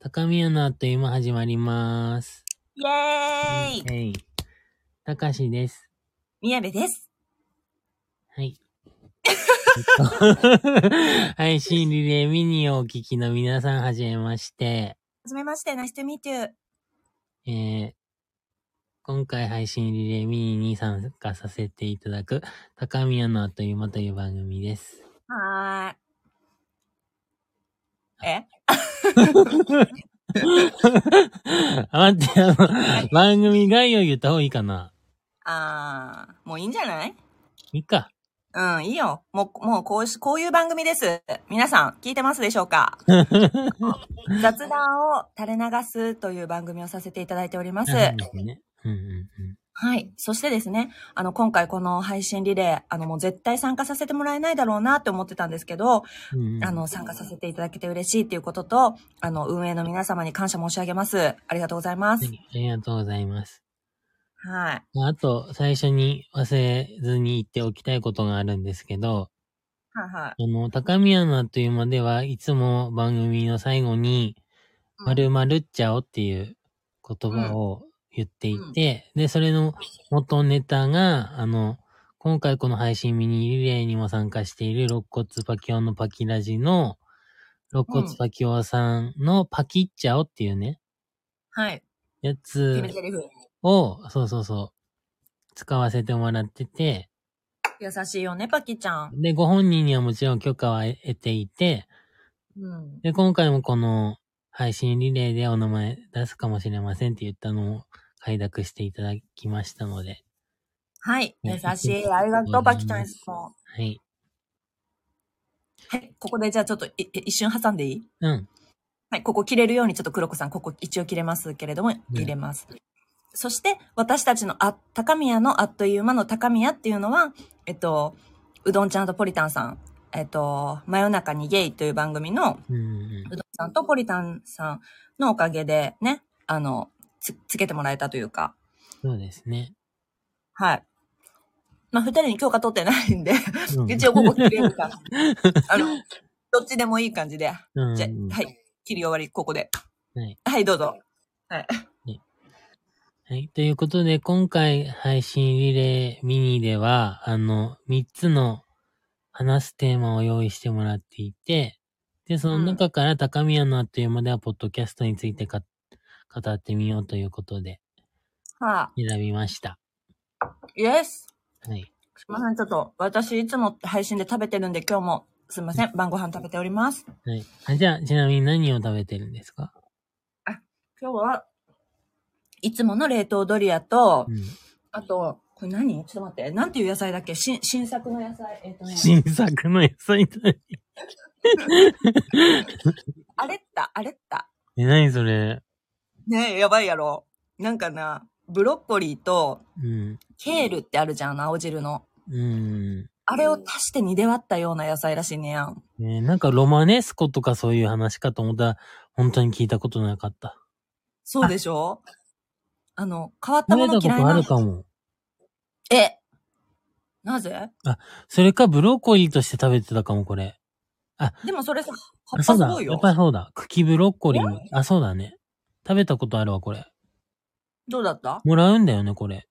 高宮のあっという間始まります。イエーイえい。たかしです。宮部です。はい。配信リレーミニをお聞きの皆さん、はじめまして。はじめまして、ナイスとミートゥー。えー今回配信リレーミニに参加させていただく、高宮のあっという間という番組です。 はーい。えあ待って、あの、番組概要言った方がいいかな。あー、もういいんじゃないいいか。うん、いいよ。もう、もうこうし、こういう番組です。皆さん、聞いてますでしょ うか雑談を垂れ流すという番組をさせていただいております。あそうですね。うんうんうん。はい。そしてですね、あの、今回この配信リレー、あの、もう絶対参加させてもらえないだろうなって思ってたんですけど、うんうんあの、参加させていただけて嬉しいっていうことと、あの、運営の皆様に感謝申し上げます。ありがとうございまはす。いありがとうございます。はい。まああと、最初に忘れずに言っておきたいことがあるんですけど、はいはい。あの、高宮のあっという間ではいつも番組の最後に、うん〇〇っちゃおっていう言葉を言っていて、で、それの元ネタが、あの、今回この配信ミニリレーにも参加している、肋骨パキオのパキラジの、肋骨パキオさんのパキっちゃおっていうね、はい。や決つめ台詞。を、そうそうそう、使わせてもらってて、優しいよね、パキちゃん。で、ご本人にはもちろん許可は得ていて、うん。で、今回もこの配信リレーでお名前出すかもしれませんって言ったのを快諾していただきましたので、はい。優ねしい。ありがとう、パキちゃん。いつもはい。はい。ここでじゃあちょっといい一瞬挟んでいいうん。はい。ここ切れるようにちょっと黒子さん、ここ一応切れますけれども、入れます。そして、私たちのあ、高宮のあっという間の高宮っていうのは、えっと、うどんちゃんとポリタンさん、えっと、真夜中にゲイという番組のうんうんうどんさんとポリタンさんのおかげでね、あの、つ、つけてもらえたというか、そうですね。はい。まあ、二人に許可取ってないんで、うん一応ここ切れる から、あの、どっちでもいい感じで、うんじゃうんあ、はい、切り終わり、ここで。はい。はい、どうぞ。はい。ということで、今回配信リレーミニでは、あの、3つの話すテーマを用意してもらっていて、で、その中から高宮のあっという間では、ポッドキャストについてか語ってみようということでは選びました。あ、イエスはい。すいません、ちょっと、私いつも配信で食べてるんで、今日も、すいません、晩ご飯食べております。はい。あじゃあ、ちなみに何を食べてるんですか今日は、いつもの冷凍ドリアと、うん。あと、これ何ちょっと待って、なんていう野菜だっけ新、新作の野菜。えっ、とね、新作の野菜食べて。アレッタ、アレッタ。え、何それねえ、やばいやろ。なんかな、ブロッコリーと、うん。ケールってあるじゃん、青汁の。うん。あれを足して煮で割ったような野菜らしいねやん。ね、なんかロマネスコとかそういう話かと思ったら、本当に聞いたことなかった。そうでし ょあの、変わった食もべたのこ嫌いとあなる。かも。えなぜそれかブロッコリーとして食べてたかも、これ。でもそれさ、葉あ、っそぱうすだ。ごいやっよ。ぱりそうだ。茎ブロッコリーも。あ、そうだね。食べたことあるわ、これ。どうだったもらうんだよね、これ。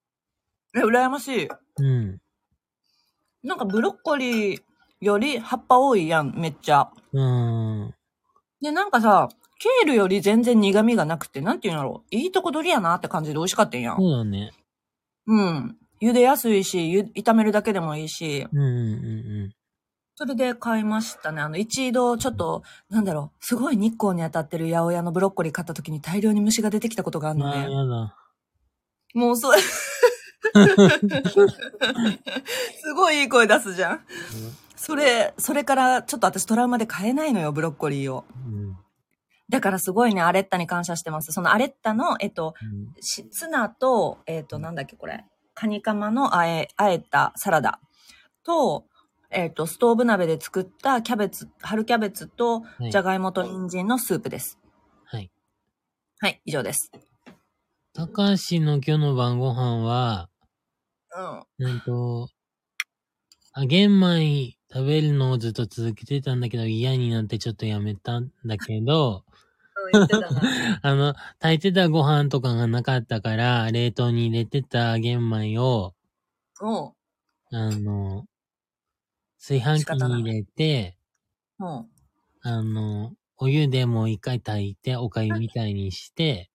え、羨ましい。うん。なんかブロッコリーより葉っぱ多いやん、めっちゃ。うーん。で、なんかさ、ケールより全然苦味がなくて、なんていうんだろう。いいとこ取りやなって感じで美味しかったんやん。そうだね。うん。茹でやすいし、ゆ炒めるだけでもいいし。うんうんうそれで買いましたね。あの、一度、ちょっと、なんだろう、すごい日光に当たってる八百屋のブロッコリー買った時に大量に虫が出てきたことがあんうん。るのああ、ね。やだ。もう、 そう、すごいいい声出すじゃん。それ、それから、ちょっと私トラウマで買えないのよ、ブロッコリーを。うん。だからすごいね、アレッタに感謝してます。そのアレッタの、えっと、うんしツナと、えっ、と、なんだっけ、これ。カニカマのあえ、あえたサラダと、えっ、と、ストーブ鍋で作ったキャベツ、春キャベツとは、いじゃがいもと人参のスープです。はい。はい、以上です。たかしの今日の晩ご飯は、うん。うんと、あ、玄米食べるのをずっと続けてたんだけど嫌になってちょっとやめたんだけど、 言ってた な。あの、炊いてたご飯とかがなかったから、冷凍に入れてた玄米を、おうあの、炊飯器に入れて、もあの、お湯でもう一回炊いて、おかゆみたいにして、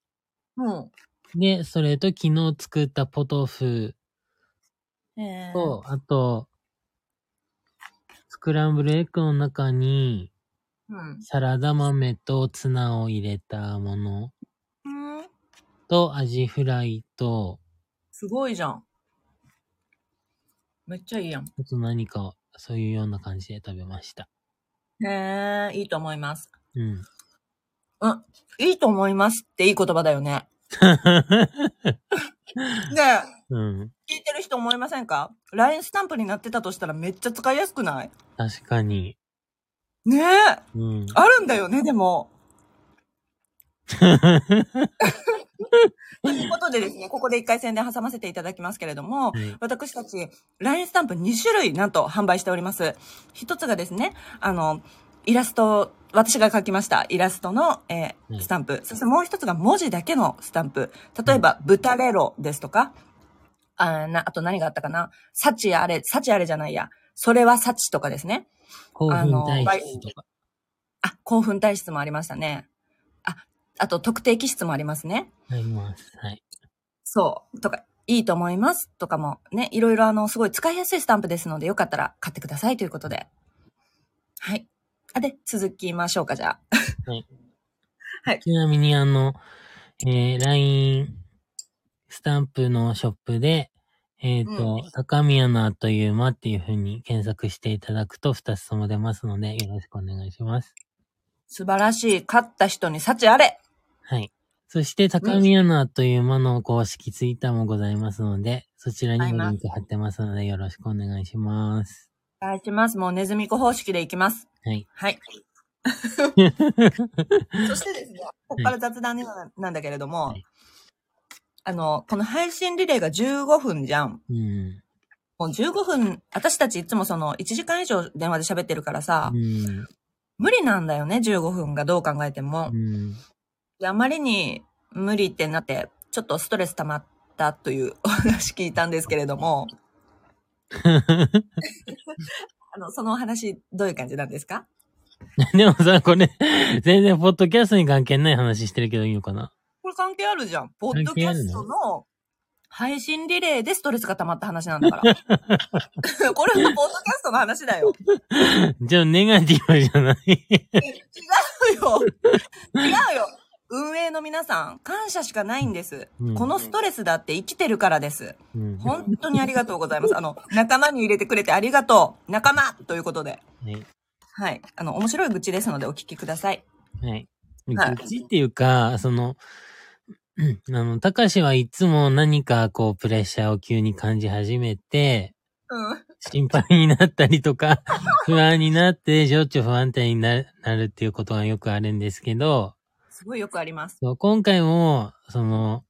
う、もで、それと昨日作ったポトフう、えー、と、あと、スクランブルエッグの中に、うん。サラダ豆とツナを入れたものうん。と、アジフライと、すごいじゃん。めっちゃいいやん。あと何か、そういうような感じで食べました。へえ、いいと思います。うん。 いいと思いますっていい言葉だよね。ねえうん。聞いてる人思いませんか ?LINE スタンプになってたとしたらめっちゃ使いやすくない確かに。ねえあうん。るんだよね、でも。ということでですね、ここで一回宣伝挟ませていただきますけれども、はい私たち、LINE スタンプ2種類、なんと販売しております。一つがですね、あの、イラスト、私が描きましたイラストの、えーうんスタンプ。そしてもう一つが文字だけのスタンプ。例えば、豚レロですとか、あーな、あと何があったかな、サチあれ、サチあれじゃないや、それはサチとかですね。興あ奮の体質とか。あ、興奮体質もありましたね。あ、あと特定気質もありますね。あります。はい。そう。とか、いいと思います。とかもね、いろいろあの、すごい使いやすいスタンプですので、よかったら買ってくださいということで。はい。あ、で、続きましょうか、じゃあ。ちなみに、あの、えー、LINE、スタンプのショップで、えっ、と、高宮のあっという間っていう風に検索していただくと2つとも出ますので、よろしくお願いします。素晴らしい。勝った人に幸あれ。はい。そして、高宮のあっという間の公式ツイッターもございますので、そちらにもリンク貼ってますので、よろしくお願いします。 お願いします。もうネズミ子方式でいきます。はい。はい。 そしてですね、ここから雑談にはなんだけれども、はいあの、この配信リレーが15分じゃん。うん。もう15分、私たちいつもその1時間以上電話で喋ってるからさ、うん。無理なんだよね、15分がどう考えても。うん。 であまりに無理ってなって、ちょっとストレス溜まったというお話聞いたんですけれども、あの、そのお話、どういう感じなんですかでもさ、これ、全然ポッドキャストに関係ない話してるけどいいのかな これ関係あるじゃん。ポッド関キ係あャるストのの配信リレーでストレスが溜まった話なんだ から。これはポッドキャストの話だよ。 じゃあ、ネガティブじゃない。違うよ。違うよ。運営の皆さん、感謝しかないんです。うんこのストレスだって生きてるからです。うんは本当にありがとうございます。あの、仲間に入れてくれてありがとう。仲間ということで。い。はい。あの、面白い愚痴ですのでお聞きください。はい。はい愚痴っていうか、その、うんあの、たかしはいつも何かこう、プレッシャーを急に感じ始めて、うん。心配になったりとか、不安になって、情緒不安定になるなるっていうことがよくあるんですけど、すごいよくあります。そう今回も、その、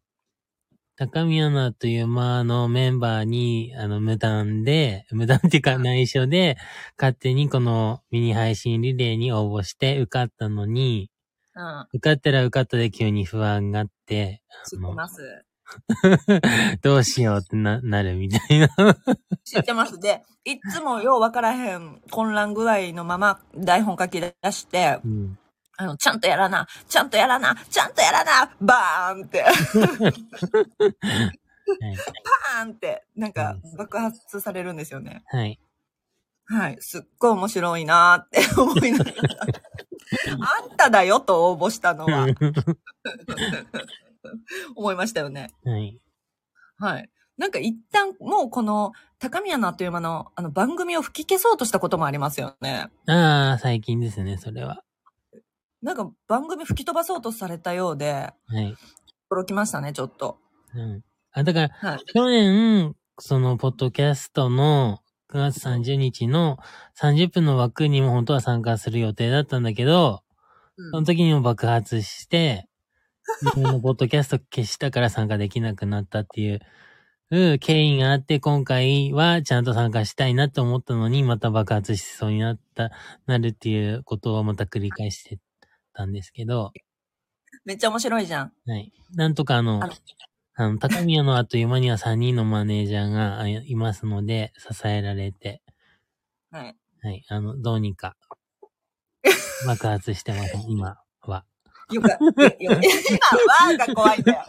高宮のあという間のメンバーに、あの、無断で、無断っていうか内緒で、勝手にこのミニ配信リレーに応募して受かったのに、うん。受かったら受かったで急に不安があって、 知ってます。どうしようってな、なるみたいな。知ってます。で、いっつもようわからへん混乱具合のまま台本書き出して う、ん。あの、ちゃんとやらな、ちゃんとやらな、ちゃんとやらな、バーンって、はい。バーンって、なんか爆発されるんですよね。はい。はい。すっごい面白いなーって思いながら。あんただよと応募したのは、思いましたよね。はい。はい。なんか一旦もうこの高宮のあっという間のあの番組を吹き消そうとしたこともありますよね。ああ、最近ですね、それは。なんか番組吹き飛ばそうとされたようで、はい。驚きましたね、ちょっと。うん。あ、だから、はい。去年、その、ポッドキャストの9月30日の30分の枠にも本当は参加する予定だったんだけど、その時にも爆発 して、自分のポッドキャスト消したから参加できなくなったっていう、うん経緯があって、今回はちゃんと参加したいなと思ったのに、また爆発しそうになった、なるっていうことをまた繰り返してたんですけど、めっちゃ面白いじゃん。はい。なんとかあの、あのあの、高宮のあっという間には3人のマネージャーがあいますので、支えられて、はい。はい、あの、どうにか、爆発してます、今は。よかった。 よよ今はが怖いんだ よ。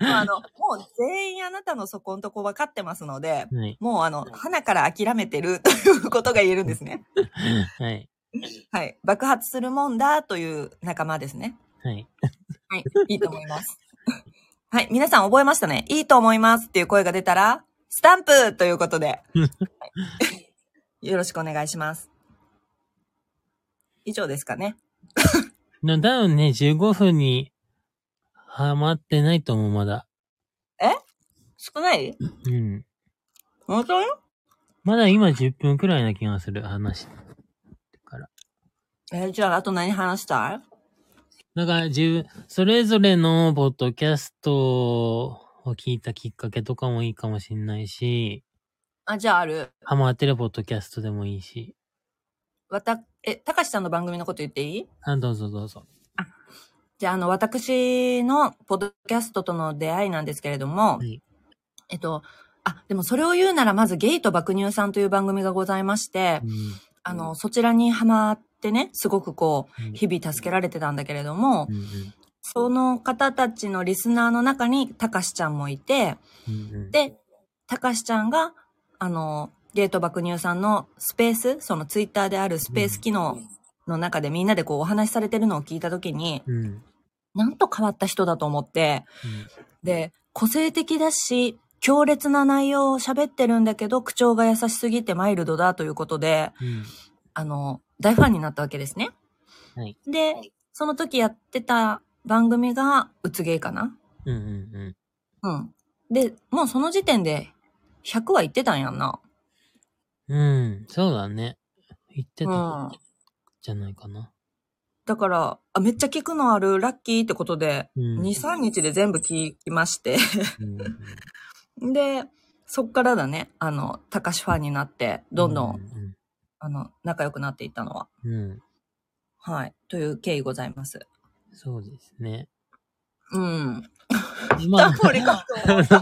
もうあの、もう全員あなたのそこんとこ分かってますので、はい。もうあの、花から諦めてるということが言えるんですね。はい。はい。爆発するもんだという仲間ですね。はい。はい。いいと思います。はい。皆さん覚えましたね。いいと思いますっていう声が出たら、スタンプということ で。うんはいよろしくお願いします。以上ですかね。な多分ね、15分に、はまってないと思う、まだ。少ないうん。本当にまだ今10分くらいな気がする、話。から。えーじゃあ、あと何話したいだから、自分、それぞれのポッドキャストを聞いたきっかけとかもいいかもしんないし、あ、じゃあある。ハマってるポッドキャストでもいいし。わた、え、たかしさんの番組のこと言っていいあ、どうぞどうぞ。じゃあ、あの、私のポッドキャストとの出会いなんですけれども、はいえっと、あ、でもそれを言うならまずゲイと爆乳さんという番組がございましてう、ん。あの、そちらにハマってね、すごくこうんう、日々助けられてたんだけれどもう、んうんその方たちのリスナーの中にたかしちゃんもいて、うんうんで、たかしちゃんが、あの、ゲート爆乳さんのスペース、そのツイッターであるスペース機能の中でみんなでこうお話しされてるのを聞いたときに、うんうんなんと変わった人だと思って、で、個性的だし、強烈な内容を喋ってるんだけど、口調が優しすぎてマイルドだということで、うんあの、大ファンになったわけですね。はいで、その時やってた番組が、うつゲイかなうんうんうんうん。で、もうその時点で、100は言ってたんやんな。うん、そうだね。言ってうんた。じゃないかな。だから、あ、めっちゃ聞くのある、ラッキーってことで、うん。 2、3日で全部聞きまして。 うんうんで、そっからだね、あの、たかしファンになって、どんどん、うんあの、仲良くなっていったのは。うん。うんはい。という経緯ございます。そうですね。うん。まあ、これかと思った。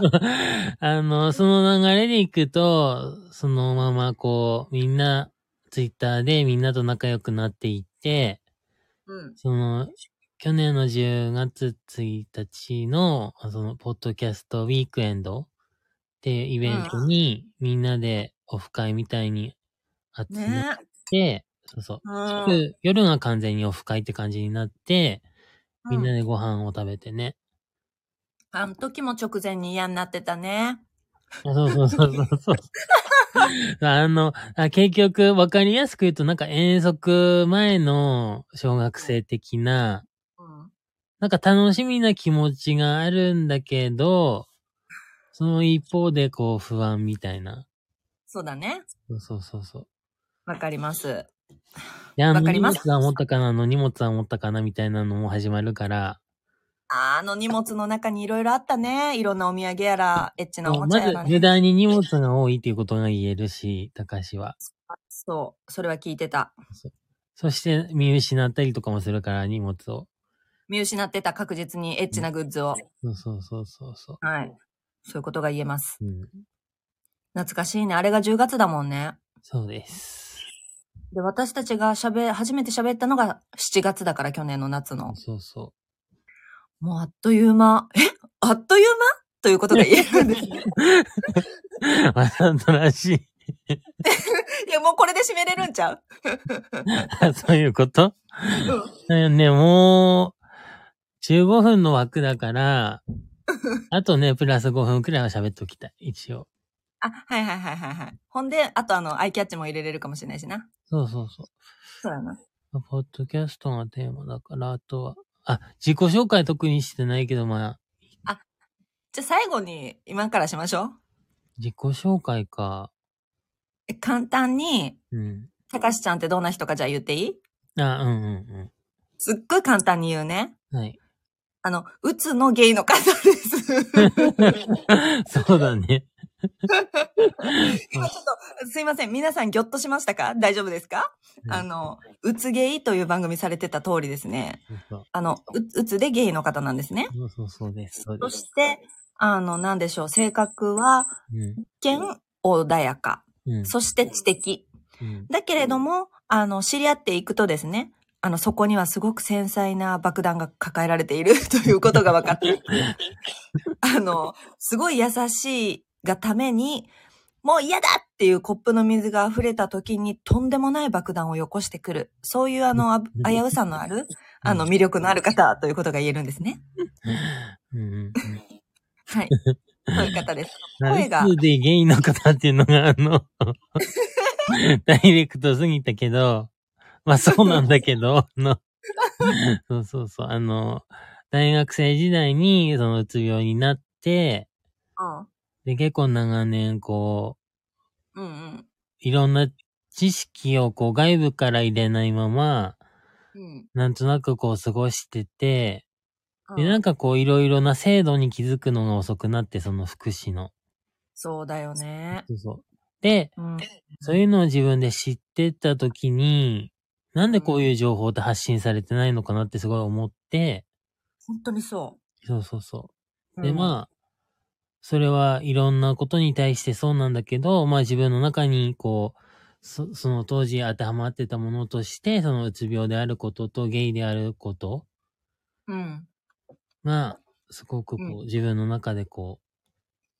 あ の、その流れでいくと、そのままこう、みんな、ツイッターでみんなと仲良くなっていって、うん。その、去年の10月1日の、その、ポッドキャストウィークエンドっていうイベントに、みんなでオフ会みたいに集まっねえ。て、そうそう。うん。夜が完全にオフ会って感じになって、みんなうんでご飯を食べてね。あの時も直前に嫌になってたね。あそうそうそうそうそう。あの、あ結局、わかりやすく言うと、なんか遠足前の小学生的な、うん。なんか楽しみな気持ちがあるんだけど、その一方でこう不安みたいな。そうだね。そうそうそうそう。わかります。で、あのわか荷りま物すは持ったかな、あの荷物は持ったかなみたいなのも始まるから、あーあの荷物の中にいろいろあったね。いろんなお土産やら、エッチなおそうもちまゃやずら、無ね。駄に荷物が多いっていうことが言えるし、高橋は。そう。それは聞いてた。そして見失ったりとかもするから、荷物を。見失ってた確実にエッチなグッズを。そうそうそうそうそはい。そういうことが言えます。う。うん。懐かしいね。あれが10月だもんね。そうです。で、私たちが喋、初めて喋ったのが7月だから、去年の夏の。そうそもうあっという間。えあっという間ということが言えるん ですね。う。わざとらしい。いや、もうこれで締めれるんちゃうあそういうことだよね、もう、15分の枠だ から、あとね、プラス5分くらいは喋っておきたい、一応。あ、はいはいはいはいはい。ほんで、あとあの、アイキャッチも入れれるかもしれないしな。そうそうそそうだな。う。ポッドキャストがテーマだから、あとは、あ、自己紹介特にしてないけど、まあ、じゃあ最後に、今からしましょう。自己紹介か。え簡単に、うん。たかしちゃんってどんな人かじゃあ言っていいあ、うんうんすっごい簡単に言うね。うん。はい。 あの、うつのゲイの方です。そうだね。今ちょっと、すいません。皆さん、ぎょっとしましたか大丈夫ですか、うんあの、うつゲイという番組されてた通りですね。そうあの、ううつでゲイの方なんですね。そうそうそうです。そうそです。して、あの、なんでしょう。性格は、うん。健穏やか。うん。そして知的。うん。だけれども、あの、知り合っていくとですね、あの、そこにはすごく繊細な爆弾が抱えられている ということが分か って、あの、すごい優しいがために、もう嫌だっていうコップの水が溢れた時にとんでもない爆弾をよこしてくる。そういうあの、あぶ危うさのある、あの、魅力のある方ということが言えるんですね。うんうん。はい。そういう 方です。ナ声イがスでゲイの方っていうのが、あ の、ダイレクトすぎたけど、まあそうなんだけど、あの、そうそうそう、あの、大学生時代に、その、うつ病になって、で、結構長年、こう、うん。うんいろんな知識を、こう、外部から入れないまま、うん。なんとなくこう過ごしてて、う。で、なんんかこういろいろな制度に気づくのが遅くなって、その福祉の。そうだよね。そうそう。で、うん。そういうのを自分で知ってた時に、なんでこういう情報って発信されてないのかなってすごい思って、本当にそ。そうそうそうう。で、あ、まあ、それはいろんなことに対してそうなんだけど、まあ自分の中にこう、そその当時当てはまってたものとして、そのうつ病であることとゲイであること、うん。が、すごくこう、自分の中でこ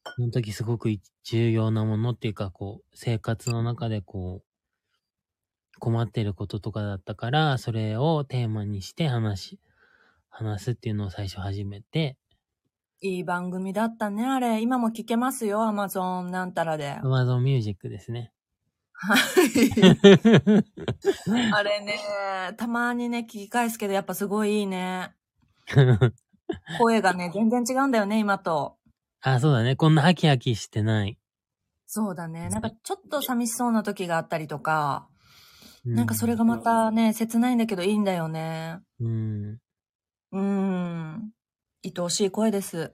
う、その時すごく重要なものっていうか、こう、生活の中でこう、困ってることとかだったから、それをテーマにして話し、話すっていうのを最初始めて、いい番組だったね、あれ。今も聞けますよ、アマゾンなんたらで。 Amazon Music です ね。はい。あれね、たまにね、聞き返すけど、やっぱすごいいいね。声がね、全然違うんだよね、今と。あ、そうだね。こんなハキハキしてない。そうだね。なんかちょっと寂しそうな時があったりとか、うなんかそれがまたね、切ないんだけどいいんだよね。うん。うーん。愛おしい声です。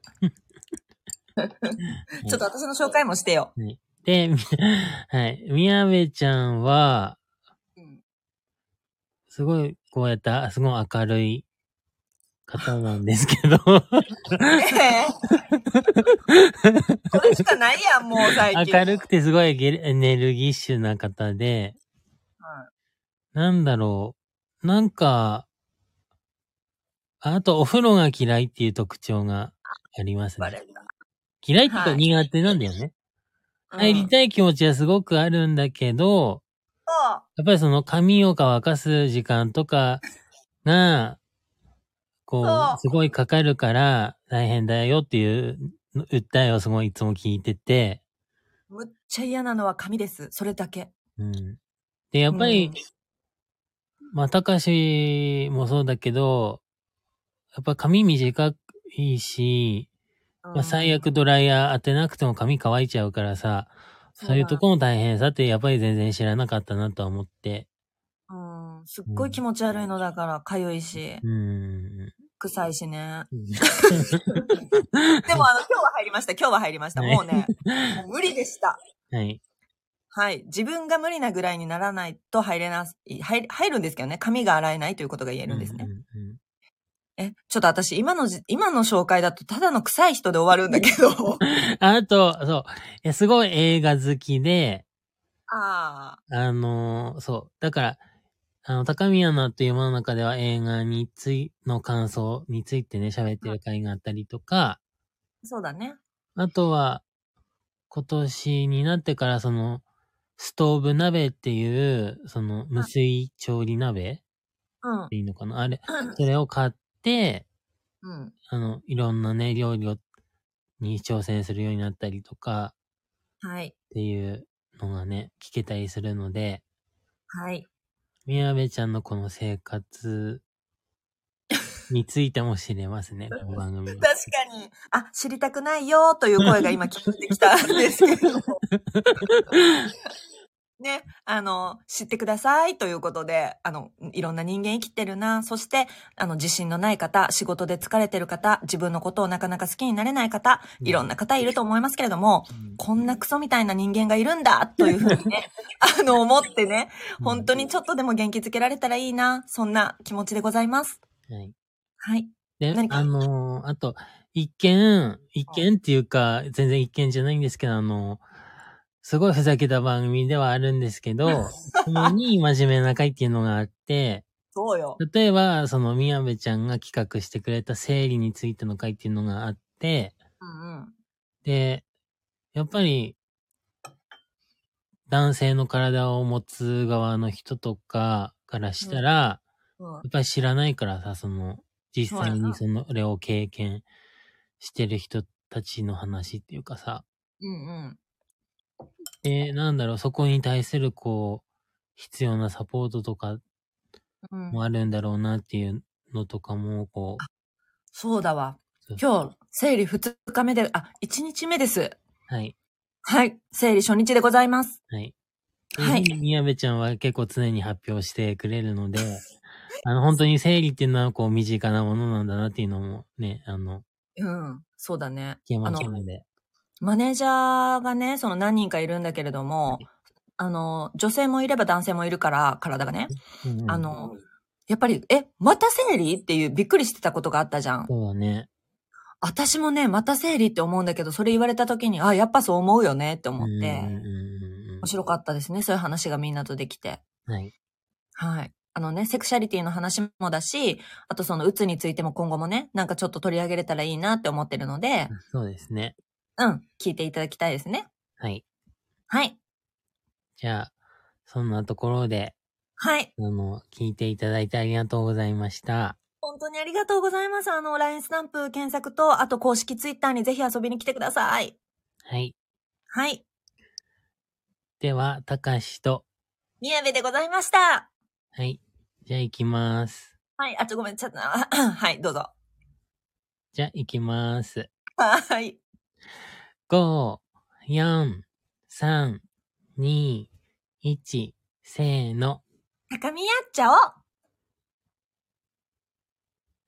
ちょっと私の紹介もしてよ。で、み はい。宮部ちゃんは、うんすごい、こうやって、あすごい明るい方なんですけど、ねえこれしかないやん、もう最近。明るくてすごいゲレエネルギッシュな方で、はなんだろう、なんか、ああとお風呂が嫌いっていう特徴がありますバね。レ嫌いっていうかはい苦手なんだよね。た。入うりんたい気持ちはすごくあるんだけど、やっぱりその髪を乾かす時間とかが、こそうう、すごいかかるから大変だよっていう訴えをすごいいつも聞いてて、むっちゃ嫌なのは髪です。それだけ。うん。で、やっぱり、まあ、たかしもそうだけど、やっぱ髪短いし、うん、まあ、最悪ドライヤー当てなくても髪乾いちゃうからさ、そうだそういうとこも大変さってやっぱり全然知らなかったなとは思って、うん。すっごい気持ち悪いのだから、かゆいし、 うん。臭いしね。で も、あの、今日は入りました。今日は入りました。はいも うね、もう無理でした。はい。はい。自分が無理なぐらいにならないと入れな、入入るんですけどね。髪が洗えないということが言えるんですね。うんうんうんえ、ちょっと私、今のじ、今の紹介だと、ただの臭い人で終わるんだけ ど。あと、そういや。すごい映画好きで、ああ。あのーそう。だから、あの、高宮のあっという間の中では映画につい、の感想についてね、喋ってる回があったりとか、そうだね。あとは、今年になってから、その、ストーブ鍋っていう、その、無水調理鍋うんっ。ていいのかなあれ、それを買って、うん。あの、いろんなね、料理を、に挑戦するようになったりとか、はい。っていうのがね、聞けたりするので、はい。宮部ちゃんのこの生活についても知れます ね、この番組は。確かに、あ、知りたくないよという声が今聞こえてきたんですけど。ね、あの、知ってくださいということで、あの、いろんな人間生きてるな。そして、あの、自信のない方、仕事で疲れてる方、自分のことをなかなか好きになれない方、いろんな方いると思いますけれども、こんなクソみたいな人間がいるんだというふうにね、 あの、思ってね、本当にちょっとでも元気づけられたらいいな。そんな気持ちでございます。はい。はい。で何、かあのーあと、一見、一見っていうか、全然一見じゃないんですけど、あのすごいふざけた番組ではあるんですけ ど、そのに真面目な回っていうのがあって、そうよ。例えば、その宮部ちゃんが企画してくれた生理についての回っていうのがあって、うんうん。で、やっぱり、男性の体を持つ側の人とかからしたら、うんやっぱり知らないからさ、その、実際にその、それを経験してる人たちの話っていうかさ、うんうん。で、なんだろう、そこに対するこう、必要なサポートとかうんもあるんだろうなっていうのとかも、こそうだわそう。今日、生理2日目で、あ、1日目です。う、はい、はい。生理初日でございます。はい。ではい。宮部ちゃんは結構常に発表してくれるので、 あの、本当に生理っていうのはこう、身近なものなんだなっていうのもね、あの、うん。そうだね。聞けあまのした、ので。マネージャーがね、その何人かいるんだけれども、あの、女性もいれば男性もいるから、体がね。うんうんあ、の、やっぱり、え、また生理っていうびっくりしてたことがあったじゃん。そうだね。私もね、また生理って思うんだけど、それ言われた時に、あ、やっぱそう思うよねって思っうんて、うん面うんうん白かったですね。そういう話がみんなとできて。はい。はい。あのね、セクシャリティの話もだし、あとその、うつについても今後もね、なんかちょっと取り上げれたらいいなって思ってるので、そうですね。うん、聞いていただきたいですね。はい。はい。じゃあ、そんなところで、はい。あの、聞いていただいてありがとうございました。本当にありがとうございます。あの、LINE スタンプ検索と、あと公式ツイッターにぜひ遊びに来てください。はい。はい。では、たかしと、宮部でございました。はい。じゃあ行きます。はい。あ、ちょ、ごめん、ちょっと な、はい、どうぞ。じゃあ行きます。はい。 5、4、3、2、1、せーの。高宮茶を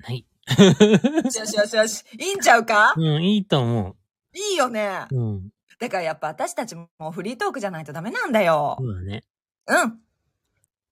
はい。よしよしよしよし。いいんちゃうかうん、いいと思いいよねう。。うん。だからやっぱ私たちもフリートークじゃないとダメなんだよそ。うだね。うん。